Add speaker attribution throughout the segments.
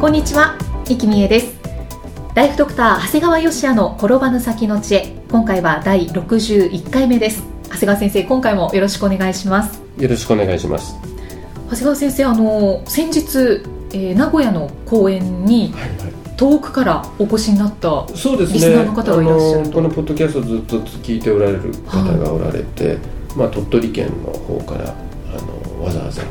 Speaker 1: こんにちは、生きみえです。ライフドクター長谷川義也の転ばぬ先の知恵。今回は第61回目です。長谷川先生、今回もよろしくお願いします。
Speaker 2: よろしくお願いします。
Speaker 1: 長谷川先生、あの先日、えー名古屋の公演に
Speaker 2: はいはい。
Speaker 1: 遠くからお越しになった。は
Speaker 2: そうですね。
Speaker 1: リスナーの方がいらっしゃる
Speaker 2: あの
Speaker 1: と
Speaker 2: このポッドキャストをずっと聞いておられる方がおられて、まあ鳥取県の方からあのわざわざ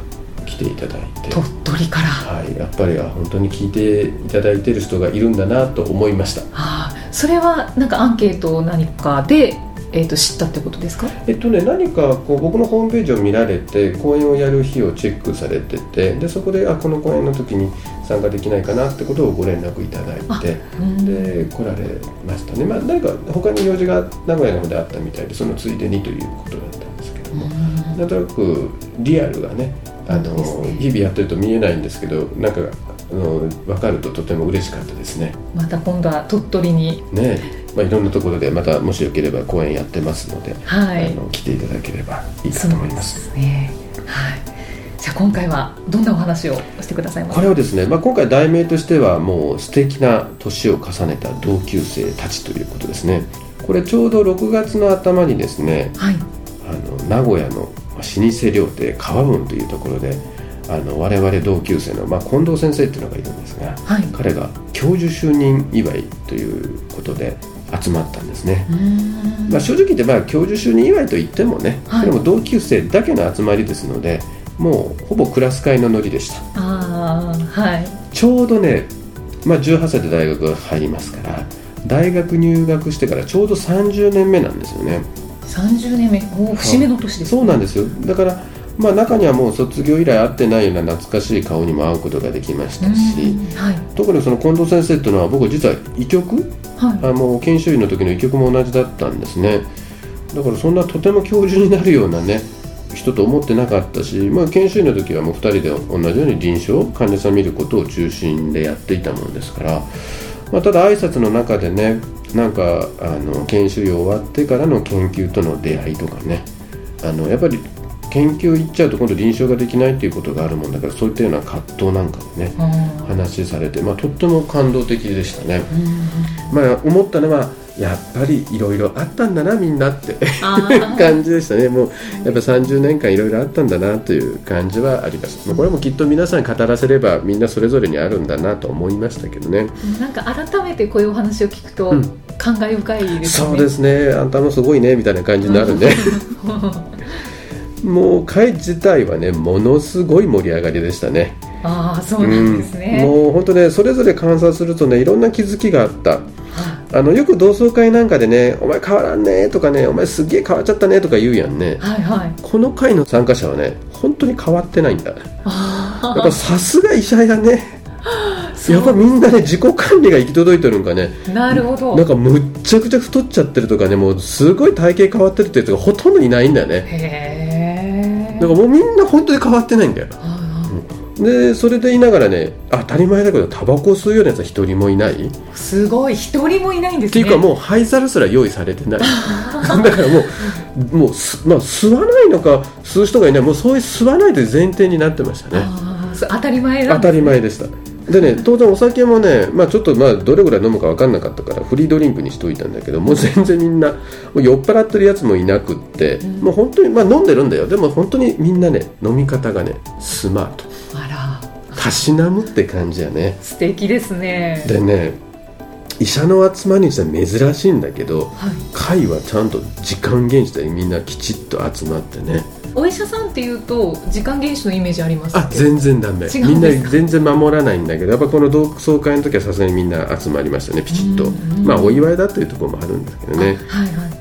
Speaker 2: 来ていただいて、
Speaker 1: 鳥取から。
Speaker 2: はい。やっぱりあ本当に聞いていただいてる人がいるんだなと思いました。
Speaker 1: あーそれはなんかアンケート何かで、えー、と知ったってことですか。
Speaker 2: えっとね何かこう僕のホームページを見られて公演をやる日をチェックされてて、でそこであこの公演の時に参加できないかなってことをご連絡いただいて。
Speaker 1: うん
Speaker 2: で来られましたね、まあ、何か他に用事が名古屋の方であったみたいでそのついでにということだったんですけども、なんとなくリアルがねあの
Speaker 1: そうですね
Speaker 2: 日々やってると見えないんですけどなんかあの分かるととても嬉しかったですね。
Speaker 1: また今度は鳥取に。
Speaker 2: ねまあ、いろんなところでまたもしよければ公演やってますので、
Speaker 1: はい。
Speaker 2: あの来ていただければいいか
Speaker 1: そ
Speaker 2: と
Speaker 1: う
Speaker 2: 思い
Speaker 1: で
Speaker 2: ます。
Speaker 1: すね。はい。じゃあ今回はどんなお話をしてくださいます
Speaker 2: こ
Speaker 1: か。
Speaker 2: れをですね、まあ、今回題名としてはもう素敵な年を重ねた同級生たちということですねこれちょうど6月の頭にですね
Speaker 1: はい。
Speaker 2: あの名古屋のまあ老舗料亭川門というところであの我々同級生の、まあ、近藤先生っていうのがいるんですが
Speaker 1: はい。
Speaker 2: 彼が教授就任祝いということで集まったんですね、
Speaker 1: うーん
Speaker 2: まあ、正直言ってまあ教授就任祝いと言ってもね、
Speaker 1: はい
Speaker 2: でも同級生だけの集まりですのでもうほぼクラス会のノリでした
Speaker 1: ああ、はい。
Speaker 2: ちょうどね、まあ、18歳で大学入りますから大学入学してからちょうど30年目なんですよね
Speaker 1: 三十年目、おー節目の年です。
Speaker 2: そうなんですよだから、まあ、中にはもう卒業以来会ってないような懐かしい顔にも会うことができまし
Speaker 1: う
Speaker 2: たし
Speaker 1: んはい。
Speaker 2: 特にその近藤先生っていうのは僕実は医局
Speaker 1: はい。
Speaker 2: あの研修医の時の医局も同じだったんですねだからそんなとても教授になるようなね人と思ってなかったし、まあ、研修医の時はもう2人で同じように臨床患者さん見ることを中心でやっていたものですから、まあ、ただ挨拶の中でねなんかあの研修医終わってからの研究との出会いとかねあのやっぱり研究行っちゃうと今度臨床ができないっていうことがあるもんだからそういったような葛藤なんかもね
Speaker 1: あー
Speaker 2: 話されて、まあ、とっても感動的でしたね。
Speaker 1: うん
Speaker 2: まあ、思ったのはやっぱりいろいろあったんだなみんなって
Speaker 1: あー
Speaker 2: 感じでしたねもうやっぱ30年間いろいろあったんだなという感じはありますまあこれもきっと皆さん語らせればみんなそれぞれにあるんだなと思いましたけどね
Speaker 1: なんか改めてこういうお話を聞くと、
Speaker 2: うん
Speaker 1: 感慨深いですね。
Speaker 2: そうですねあんたもすごいねみたいな感じになるね もう会自体はねものすごい盛り上がりでしたね
Speaker 1: ああ、そうなんですね。
Speaker 2: うんもう本当ねそれぞれ観察するとねいろんな気づきがあった
Speaker 1: は
Speaker 2: あのよく同窓会なんかでね「お前変わらんね」とかね「お前すげえ変わっちゃったね」とか言うやんね
Speaker 1: いはいはい。
Speaker 2: この回の参加者はね本当に変わってないんだや
Speaker 1: あ
Speaker 2: っぱさすが医者やね
Speaker 1: あ、
Speaker 2: やっぱ
Speaker 1: そ
Speaker 2: みんなね自己管理が行き届いてるんかね
Speaker 1: う。なるほど。
Speaker 2: なんかむっちゃくちゃ太っちゃってるとかねもうすごい体型変わってるってやつがほとんどいないんだよね
Speaker 1: へえ。
Speaker 2: だからもうみんな本当に変わってないんだよ
Speaker 1: あ
Speaker 2: でそれで言いながらね当たり前だけどタバコを吸うようなやつは一人もいない、
Speaker 1: ーすごい一人もいないんで
Speaker 2: っ
Speaker 1: す
Speaker 2: て
Speaker 1: ね。
Speaker 2: いうかもう灰皿すら用意されて ないだからもうもうす、まあ、吸わないのか吸う人がいないもうそういう吸わないという前提になってましたね
Speaker 1: あーそう当たり前
Speaker 2: 当
Speaker 1: だ。
Speaker 2: たり前でしたでね当然お酒もね、まあ、ちょっとまあどれぐらい飲むか分かんなかったからフリードリンクにしといたんだけどもう全然みんなもう酔っ払ってるやつもいなくって、もう本当にまあ飲んでるんだよでも本当にみんなね飲み方がねスマート
Speaker 1: あ
Speaker 2: たしなむって感じやね
Speaker 1: ら、素敵ですね。
Speaker 2: でね医者の集まりにしては珍しいんだけど
Speaker 1: はい。
Speaker 2: 会はちゃんと時間厳守でみんなきちっと集まってね
Speaker 1: お医者さんっていうと時間厳守のイメージあります
Speaker 2: あ全然ダメ
Speaker 1: 違
Speaker 2: み
Speaker 1: うん
Speaker 2: んな
Speaker 1: ですか
Speaker 2: 全然守らないんだけどやっぱこの同窓会の時はさすがにみんな集まりましたねピチッと
Speaker 1: うんうん
Speaker 2: まあお祝いだというところもあるんですけどね
Speaker 1: はいはい。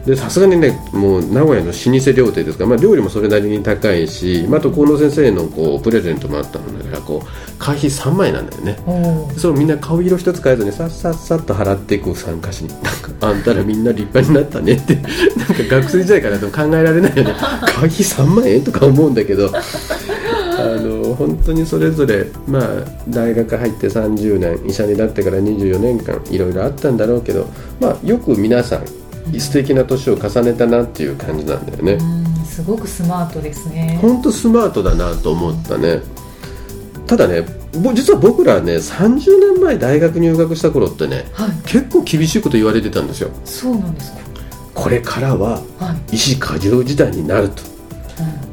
Speaker 2: でさすがにねもう名古屋の老舗料亭ですから、まあ、料理もそれなりに高いし、まあ、あと河野先生のこうプレゼントもあったのだからこう会費3枚なんだよね
Speaker 1: おー
Speaker 2: そうみんな顔色一つ変えずにさっさっさっと払っていく参加しに なんかあんたらみんな立派になったねって なんか学生時代からだと考えられ ないよね会費3万円とか思うんだけどあの本当にそれぞれ、まあ、大学入って30年医者になってから24年間いろいろあったんだろうけど、まあ、よく皆さん素敵な年を重ねたなっていう感じなんだよね。
Speaker 1: うんすごくスマートですね
Speaker 2: ほんとスマートだなと思ったねただねぼ実は僕らね30年前大学入学した頃ってね
Speaker 1: はい
Speaker 2: 結構厳しいこと言われてたんですよ
Speaker 1: そうなんです
Speaker 2: これからは
Speaker 1: かはい、
Speaker 2: 石過剰時代になると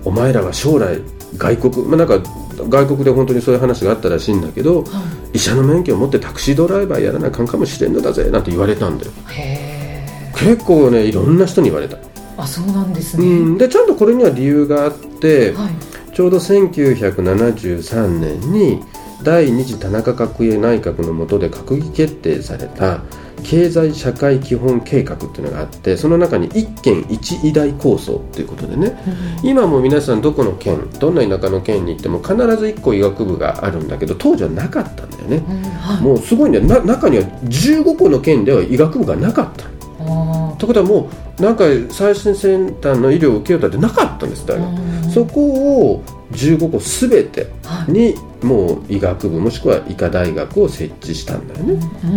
Speaker 1: うん
Speaker 2: お前らは将来外国まあなんか外国で本当にそういう話があったらしいんだけど
Speaker 1: は
Speaker 2: 医者の免許を持ってタクシードライバーやらなあかんかもしれんのだぜなんて言われたんだよ
Speaker 1: い、へえ
Speaker 2: 結構ねいろんな人に言われた、
Speaker 1: あそうなんです
Speaker 2: う
Speaker 1: ね、
Speaker 2: ん、でちゃんとこれには理由があって、
Speaker 1: はい
Speaker 2: ちょうど1973年に第二次田中角栄内閣の下で閣議決定された経済社会基本計画っていうのがあってその中に一県一医大構想っていうことでね今も皆さんどこの県どんな田舎の県に行っても必ず1個医学部があるんだけど当時はなかったんだよね
Speaker 1: うん、うんはい
Speaker 2: もうすごいねな中には15個の県では医学部がなかった
Speaker 1: あ
Speaker 2: ということはもうなんか最新先端の医療を受けようとはってなかったんです大学
Speaker 1: ー
Speaker 2: そこを15個すべて
Speaker 1: はい
Speaker 2: にもう医学部もしくは医科大学を設置したんだよね
Speaker 1: う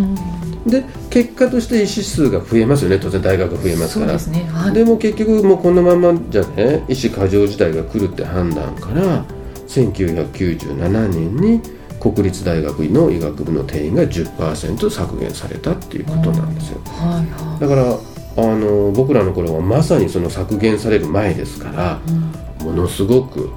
Speaker 1: ん
Speaker 2: で結果として医師数が増えますよね当然大学増えますから
Speaker 1: そうですねはい
Speaker 2: でも結局もうこのままじゃね医師過剰時代が来るって判断から1997年に国立大学医の医学部の定員が10%削減されたっていうことなんですよ
Speaker 1: はいは
Speaker 2: だからあの僕らの頃はまさにその削減される前ですから
Speaker 1: い、うん
Speaker 2: ものすごく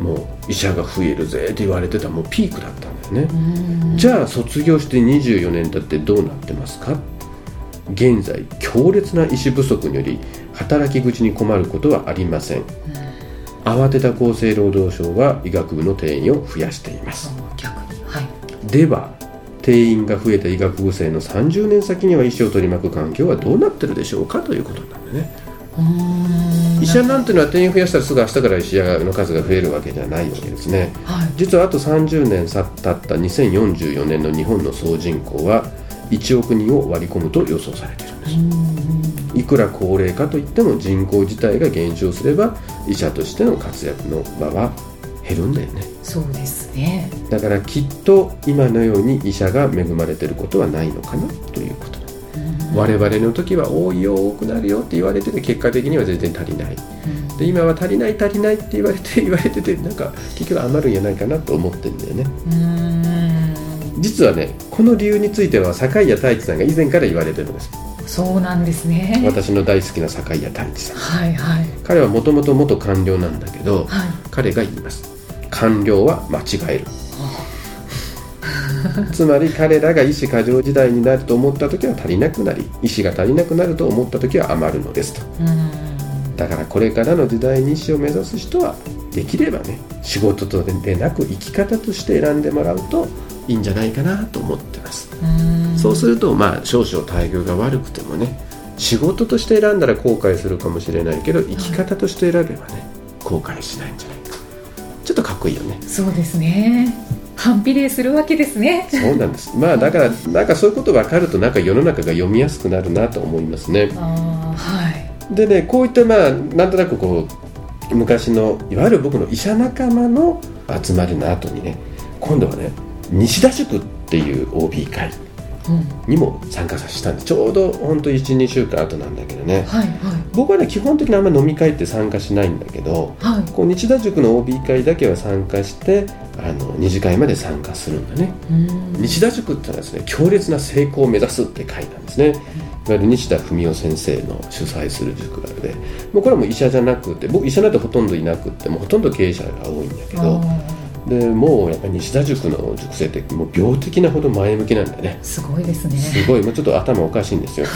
Speaker 2: もう医者が増えるぜって言われてたもうピークだったんだよね、
Speaker 1: うん
Speaker 2: じゃあ卒業して24年経ってどうなってますか現在強烈な医師不足により働き口に困ることはありません慌てた厚生労働省は医学部の定員を増やしています
Speaker 1: あ逆にはい
Speaker 2: では定員が増えた医学部生の30年先には医師を取り巻く環境はどうなってるでしょうかということなんだね
Speaker 1: うん
Speaker 2: 医者なんてのは定員増やしたらすぐ明日から医者の数が増えるわけじゃないわけですね
Speaker 1: はい
Speaker 2: 実はあと30年さ経った2044年の日本の総人口は1億人を割り込むと予想されているんですいくら高齢化といっても人口自体が減少すれば医者としての活躍の場は減るんだよね
Speaker 1: そうですね
Speaker 2: だからきっと今のように医者が恵まれてることはないのかなということ
Speaker 1: うん
Speaker 2: 我々の時は多いよ多くなるよって言われてて結果的には全然足りないで今は足りない足りないって言われて言われててなんか 結局余るんじゃないかなと思ってんだよね
Speaker 1: うん
Speaker 2: 実はねこの理由については坂井谷太一さんが以前から言われてるんです
Speaker 1: そうなんですね
Speaker 2: 私の大好きな坂井谷太一さん
Speaker 1: はいはい
Speaker 2: 彼はもともと元官僚なんだけど
Speaker 1: はい
Speaker 2: 彼が言います官僚は間違えるつまり彼らが医師過剰時代になると思った時は足りなくなり医師が足りなくなると思った時は余るのですと
Speaker 1: うん
Speaker 2: だからこれからの時代に医師を目指す人はできればね仕事とでなく生き方として選んでもらうといいんじゃないかなと思ってます、
Speaker 1: うん
Speaker 2: そうするとまあ少々待遇が悪くてもね仕事として選んだら後悔するかもしれないけど生き方として選べばね後悔しないんじゃないかちょっとかっこいいよね
Speaker 1: そうですね反比例するわけですね
Speaker 2: そうなんですまあだからなんかそういうこと分かるとなんか世の中が読みやすくなるなと思いますね
Speaker 1: あーはい
Speaker 2: でねこういったまあなんとなくこう昔のいわゆる僕の医者仲間の集まりの後にね今度はね西田塾っていう OB 会
Speaker 1: うん
Speaker 2: にも参加させたんでちょうどほんと12週間後なんだけどね
Speaker 1: はい
Speaker 2: 僕はね基本的にあんま飲み会って参加しないんだけど
Speaker 1: はいはい
Speaker 2: こう西田塾の OB 会だけは参加してあの二次会まで参加するんだね
Speaker 1: うん
Speaker 2: 西田塾ってのはですね強烈な成功を目指すって会なんですねいわゆる西田文雄先生の主催する塾なのでもうこれはもう医者じゃなくて僕医者なんてほとんどいなくってもうほとんど経営者が多いんだけ
Speaker 1: あ
Speaker 2: ど
Speaker 1: ー
Speaker 2: でもうやっぱり西田塾の塾生ってもう病的なほど前向きなんだよね
Speaker 1: すごいです
Speaker 2: す
Speaker 1: ね
Speaker 2: ごいもうちょっと頭おかしいんですよ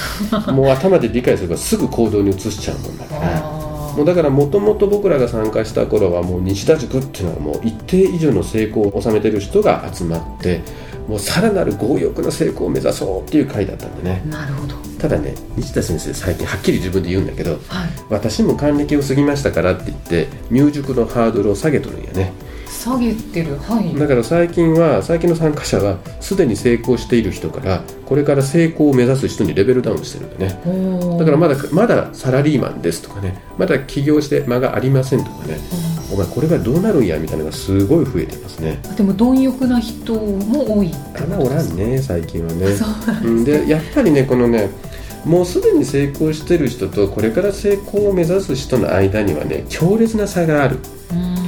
Speaker 2: もう頭で理解すればすぐ行動に移しちゃうもんだから
Speaker 1: あ
Speaker 2: もうだからもともと僕らが参加した頃はもう西田塾っていうのはもう一定以上の成功を収めてる人が集まってもうさらなる強欲な成功を目指そうっていう会だったんでね
Speaker 1: ーなるほど
Speaker 2: ただね西田先生最近はっきり自分で言うんだけど
Speaker 1: はい、
Speaker 2: 私も還暦を過ぎましたからって言って入塾のハードルを下げとるんやね
Speaker 1: 下げてるはい
Speaker 2: だから最近は最近の参加者はすでに成功している人からこれから成功を目指す人にレベルダウンしてるんだね
Speaker 1: おー
Speaker 2: だからまだまだサラリーマンですとかねまだ起業して間がありませんとかねお前これがどうなるんやみたいなのがすごい増えてますね
Speaker 1: うんでも貪欲な人も多いって
Speaker 2: あ
Speaker 1: こ
Speaker 2: んま
Speaker 1: と
Speaker 2: お
Speaker 1: で
Speaker 2: ら
Speaker 1: す
Speaker 2: んね最近はね
Speaker 1: そう
Speaker 2: うんでやっぱりねこのねもうすでに成功してる人とこれから成功を目指す人の間にはね強烈な差がある
Speaker 1: うーん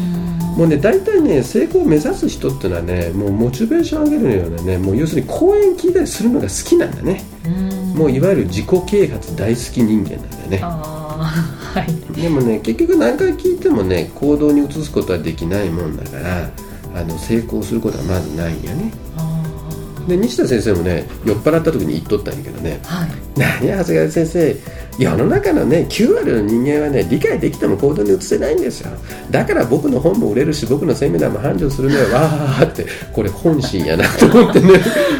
Speaker 2: もうね大体ね成功を目指す人ってのはねもうモチベーション上げるようなねもう要するに講演聞いたりするのが好きなんだね
Speaker 1: うん
Speaker 2: もういわゆる自己啓発大好き人間なんだよね
Speaker 1: ああはい
Speaker 2: でもね結局何回聞いてもね行動に移すことはできないもんだからあの成功することはまずないんやね
Speaker 1: あ
Speaker 2: で西田先生もね酔っ払った時に言っとったんやけどね
Speaker 1: ーはい
Speaker 2: 何や長谷川先生世の中のね9割の人間はね理解できても行動に移せないんですよだから僕の本も売れるし僕のセミナーも繁盛するのよわーってこれ本心やなと思ってね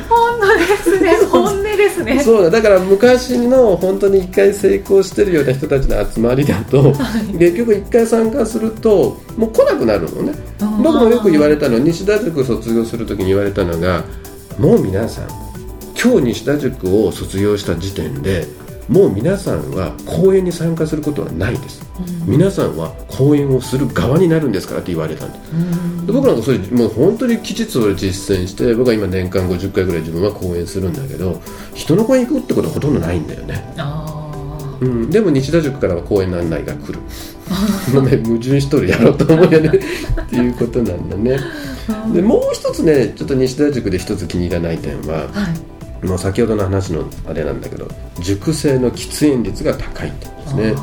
Speaker 1: 本当ですね 本音ですね
Speaker 2: そうだだから昔の本当に一回成功してるような人たちの集まりだと結局一回参加するともう来なくなるのね
Speaker 1: うん
Speaker 2: 僕もよく言われたの西田塾卒業する時に言われたのがもう皆さん今日西田塾を卒業した時点でもう皆さんは講演に参加することはないです、皆さんは講演をする側になるんですからって言われたんです、で僕なんかそれもう本当に期日を実践して僕は今年間50回ぐらい自分は講演するんだけど人の講演行くってことはほとんどないんだよね、
Speaker 1: あー
Speaker 2: うん、でも西田塾からは講演の案内が来る ごめん矛盾しとるやろうと思うよねっていうことなんだねでもう一つねちょっと西田塾で一つ気に入らない点は
Speaker 1: はい
Speaker 2: もう先ほどの話のあれなんだけど塾生の喫煙率が高いってことですね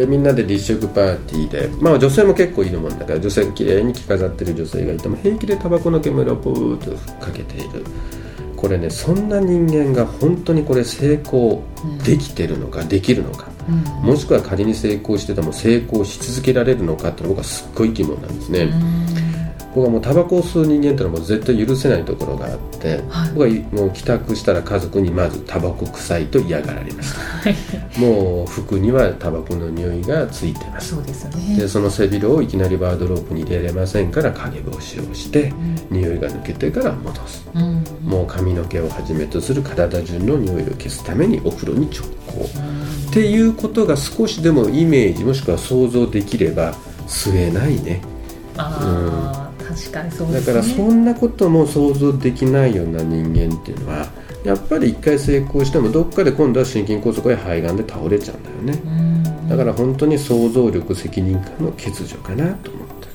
Speaker 2: でみんなで立食パーティーで、まあ、女性も結構いるもんだから女性が綺麗に着飾ってる女性がいても平気でタバコの煙をポーッとかけているこれねそんな人間が本当にこれ成功できてるのか、できるのか
Speaker 1: うん
Speaker 2: もしくは仮に成功してても成功し続けられるのかってのが僕はすっごい疑問なんですね、僕はもうタバコを吸う人間ってのはもう絶対許せないところがあって、
Speaker 1: はい
Speaker 2: 僕はもう帰宅したら家族にまずタバコ臭いと嫌がられました
Speaker 1: はい
Speaker 2: もう服にはタバコの匂いがついてます
Speaker 1: そうですよ
Speaker 2: で
Speaker 1: ね
Speaker 2: その背びれをいきなりワードロープに入れられませんから陰干しをして匂いが抜けてから戻す
Speaker 1: うん
Speaker 2: もう髪の毛をはじめとする体中の匂いを消すためにお風呂に直行っていうことが少しでもイメージもしくは想像できれば吸えないね
Speaker 1: ああ確かにそうで
Speaker 2: だ
Speaker 1: すね
Speaker 2: からそんなことも想像できないような人間っていうのはやっぱり一回成功してもどっかで今度は心筋梗塞や肺がんで倒れちゃうんだよね
Speaker 1: うん
Speaker 2: だから本当に想像力責任感の欠如かなと思ってる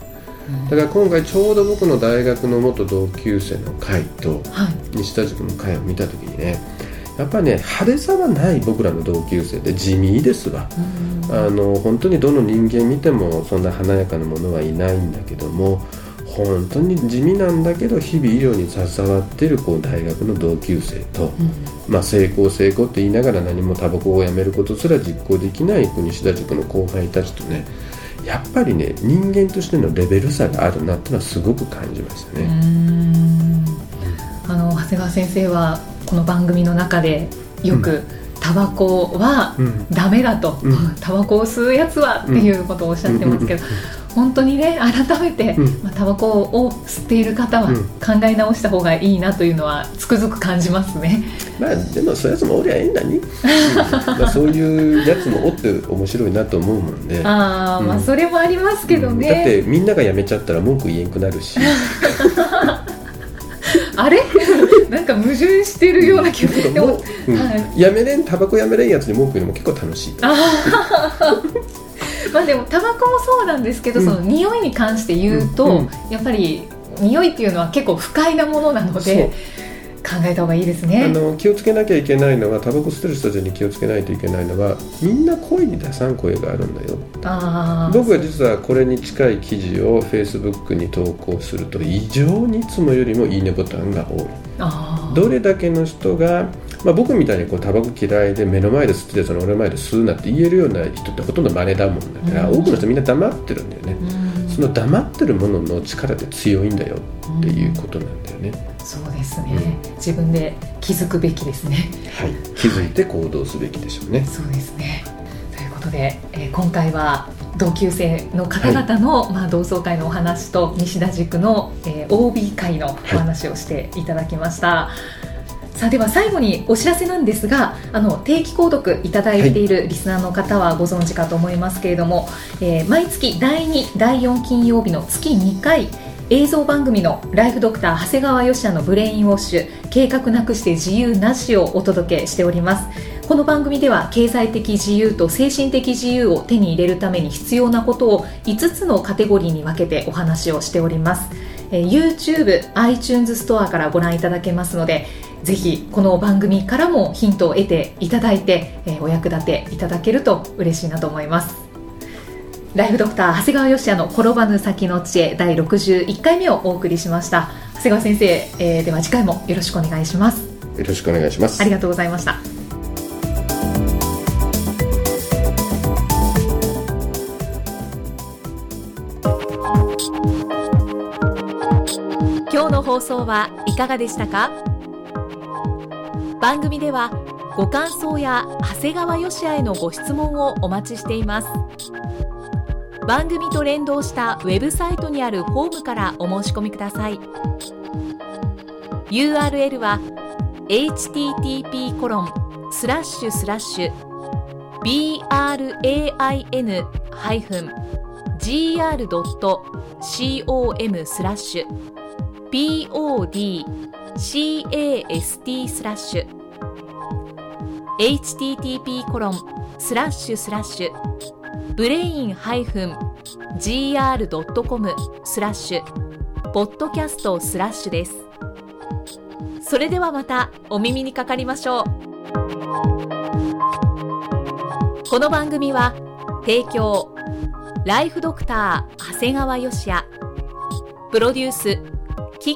Speaker 2: だから今回ちょうど僕の大学の元同級生の会と
Speaker 1: はい
Speaker 2: 西田塾の会を見た時にねやっぱね派手さはない僕らの同級生で地味ですわ
Speaker 1: うん
Speaker 2: あの本当にどの人間見てもそんな華やかなものはいないんだけども本当に地味なんだけど日々医療に携わってるこう大学の同級生と、まあ、成功成功って言いながら何もタバコをやめることすら実行できないこう西田塾の後輩たちとねやっぱりね人間としてのレベル差があるなってのはすごく感じました
Speaker 1: う
Speaker 2: ね。
Speaker 1: んあの長谷川先生はこの番組の中でよくタバコは
Speaker 2: うん
Speaker 1: ダメだと、
Speaker 2: うん
Speaker 1: タバコを吸うやつはっていうことをおっしゃってますけど、本当にね改めて、
Speaker 2: うん
Speaker 1: まあ、タバコを吸っている方は
Speaker 2: うん
Speaker 1: 考え直した方がいいなというのはつくづく感じますね。
Speaker 2: まあでもそういうやつもおりゃいいん だに、うんまあ、そういうやつもおって面白いなと思うもんで。
Speaker 1: ああまあ
Speaker 2: うん
Speaker 1: それもありますけど
Speaker 2: うんだって
Speaker 1: ね、
Speaker 2: みんなが辞めちゃったら文句言えんくなるし
Speaker 1: あれ なんか矛盾してるような気が
Speaker 2: だけ
Speaker 1: で
Speaker 2: ども
Speaker 1: も
Speaker 2: う、うん
Speaker 1: は
Speaker 2: 辞めれんタバコ辞めれんやつに文句言うのも結構楽しい
Speaker 1: まあでもタバコもそうなんですけど、
Speaker 2: うん
Speaker 1: その匂いに関して言うと、
Speaker 2: うんうん
Speaker 1: やっぱり匂いっていうのは結構不快なものなの
Speaker 2: そう
Speaker 1: で考えた方がいいです
Speaker 2: あ
Speaker 1: ね。
Speaker 2: の気をつけなきゃいけないのはタバコ吸ってる人たちに気をつけないといけないのはみんな声に出さん声があるんだよ
Speaker 1: あー
Speaker 2: 僕は実はこれに近い記事を Facebook に投稿すると異常にいつもよりもいいねボタンが多い
Speaker 1: あ
Speaker 2: どれだけの人が、まあ、僕みたいにこうタバコ嫌いで目の前で吸ってたやつの俺の前で吸うなって言えるような人ってほとんど稀だもんだから、
Speaker 1: うん
Speaker 2: 多くの人みんな黙ってるんだよね、
Speaker 1: うん
Speaker 2: その黙ってるものの力って強いんだよっていうことなんだよね、
Speaker 1: そうですね、自分で気づくべきですね
Speaker 2: はい、気づいて行動すべきでしょうね
Speaker 1: そうですねということで、えー今回は同級生の方々の、まあ、同窓会のお話と西田塾の、えー OB 会のお話をしていただきました、さあでは最後にお知らせなんですがあの定期購読いただいているリスナーの方はご存知かと思いますけれども、えー毎月第2第4金曜日の月2回映像番組の「ライフドクター長谷川芳也のブレインウォッシュ計画なくして自由なし」をお届けしておりますこの番組では経済的自由と精神的自由を手に入れるために必要なことを5つのカテゴリーに分けてお話をしておりますえー YouTube、iTunes ストアからご覧いただけますのでぜひこの番組からもヒントを得ていただいて、えーお役立ていただけると嬉しいなと思いますライフドクター長谷川義也の転ばぬ先の知恵第61回目をお送りしました長谷川先生、えーでは次回もよろしくお願いします
Speaker 2: よろしくお願いします
Speaker 1: ありがとうございました今日の放送はいかがでしたか番組ではご感想や長谷川よしあへのご質問をお待ちしています番組と連動したウェブサイトにあるホームからお申し込みください URL は http コロンスラッシュスラッシュ brain-gr.com スラッシュ podcast スラッシュ http コロンスラッシュスラッシュブレイン -gr.com スラッシュポッドキャストスラッシュですそれではまたお耳にかかりましょうこの番組は提供ライフドクター長谷川義也プロデュースキ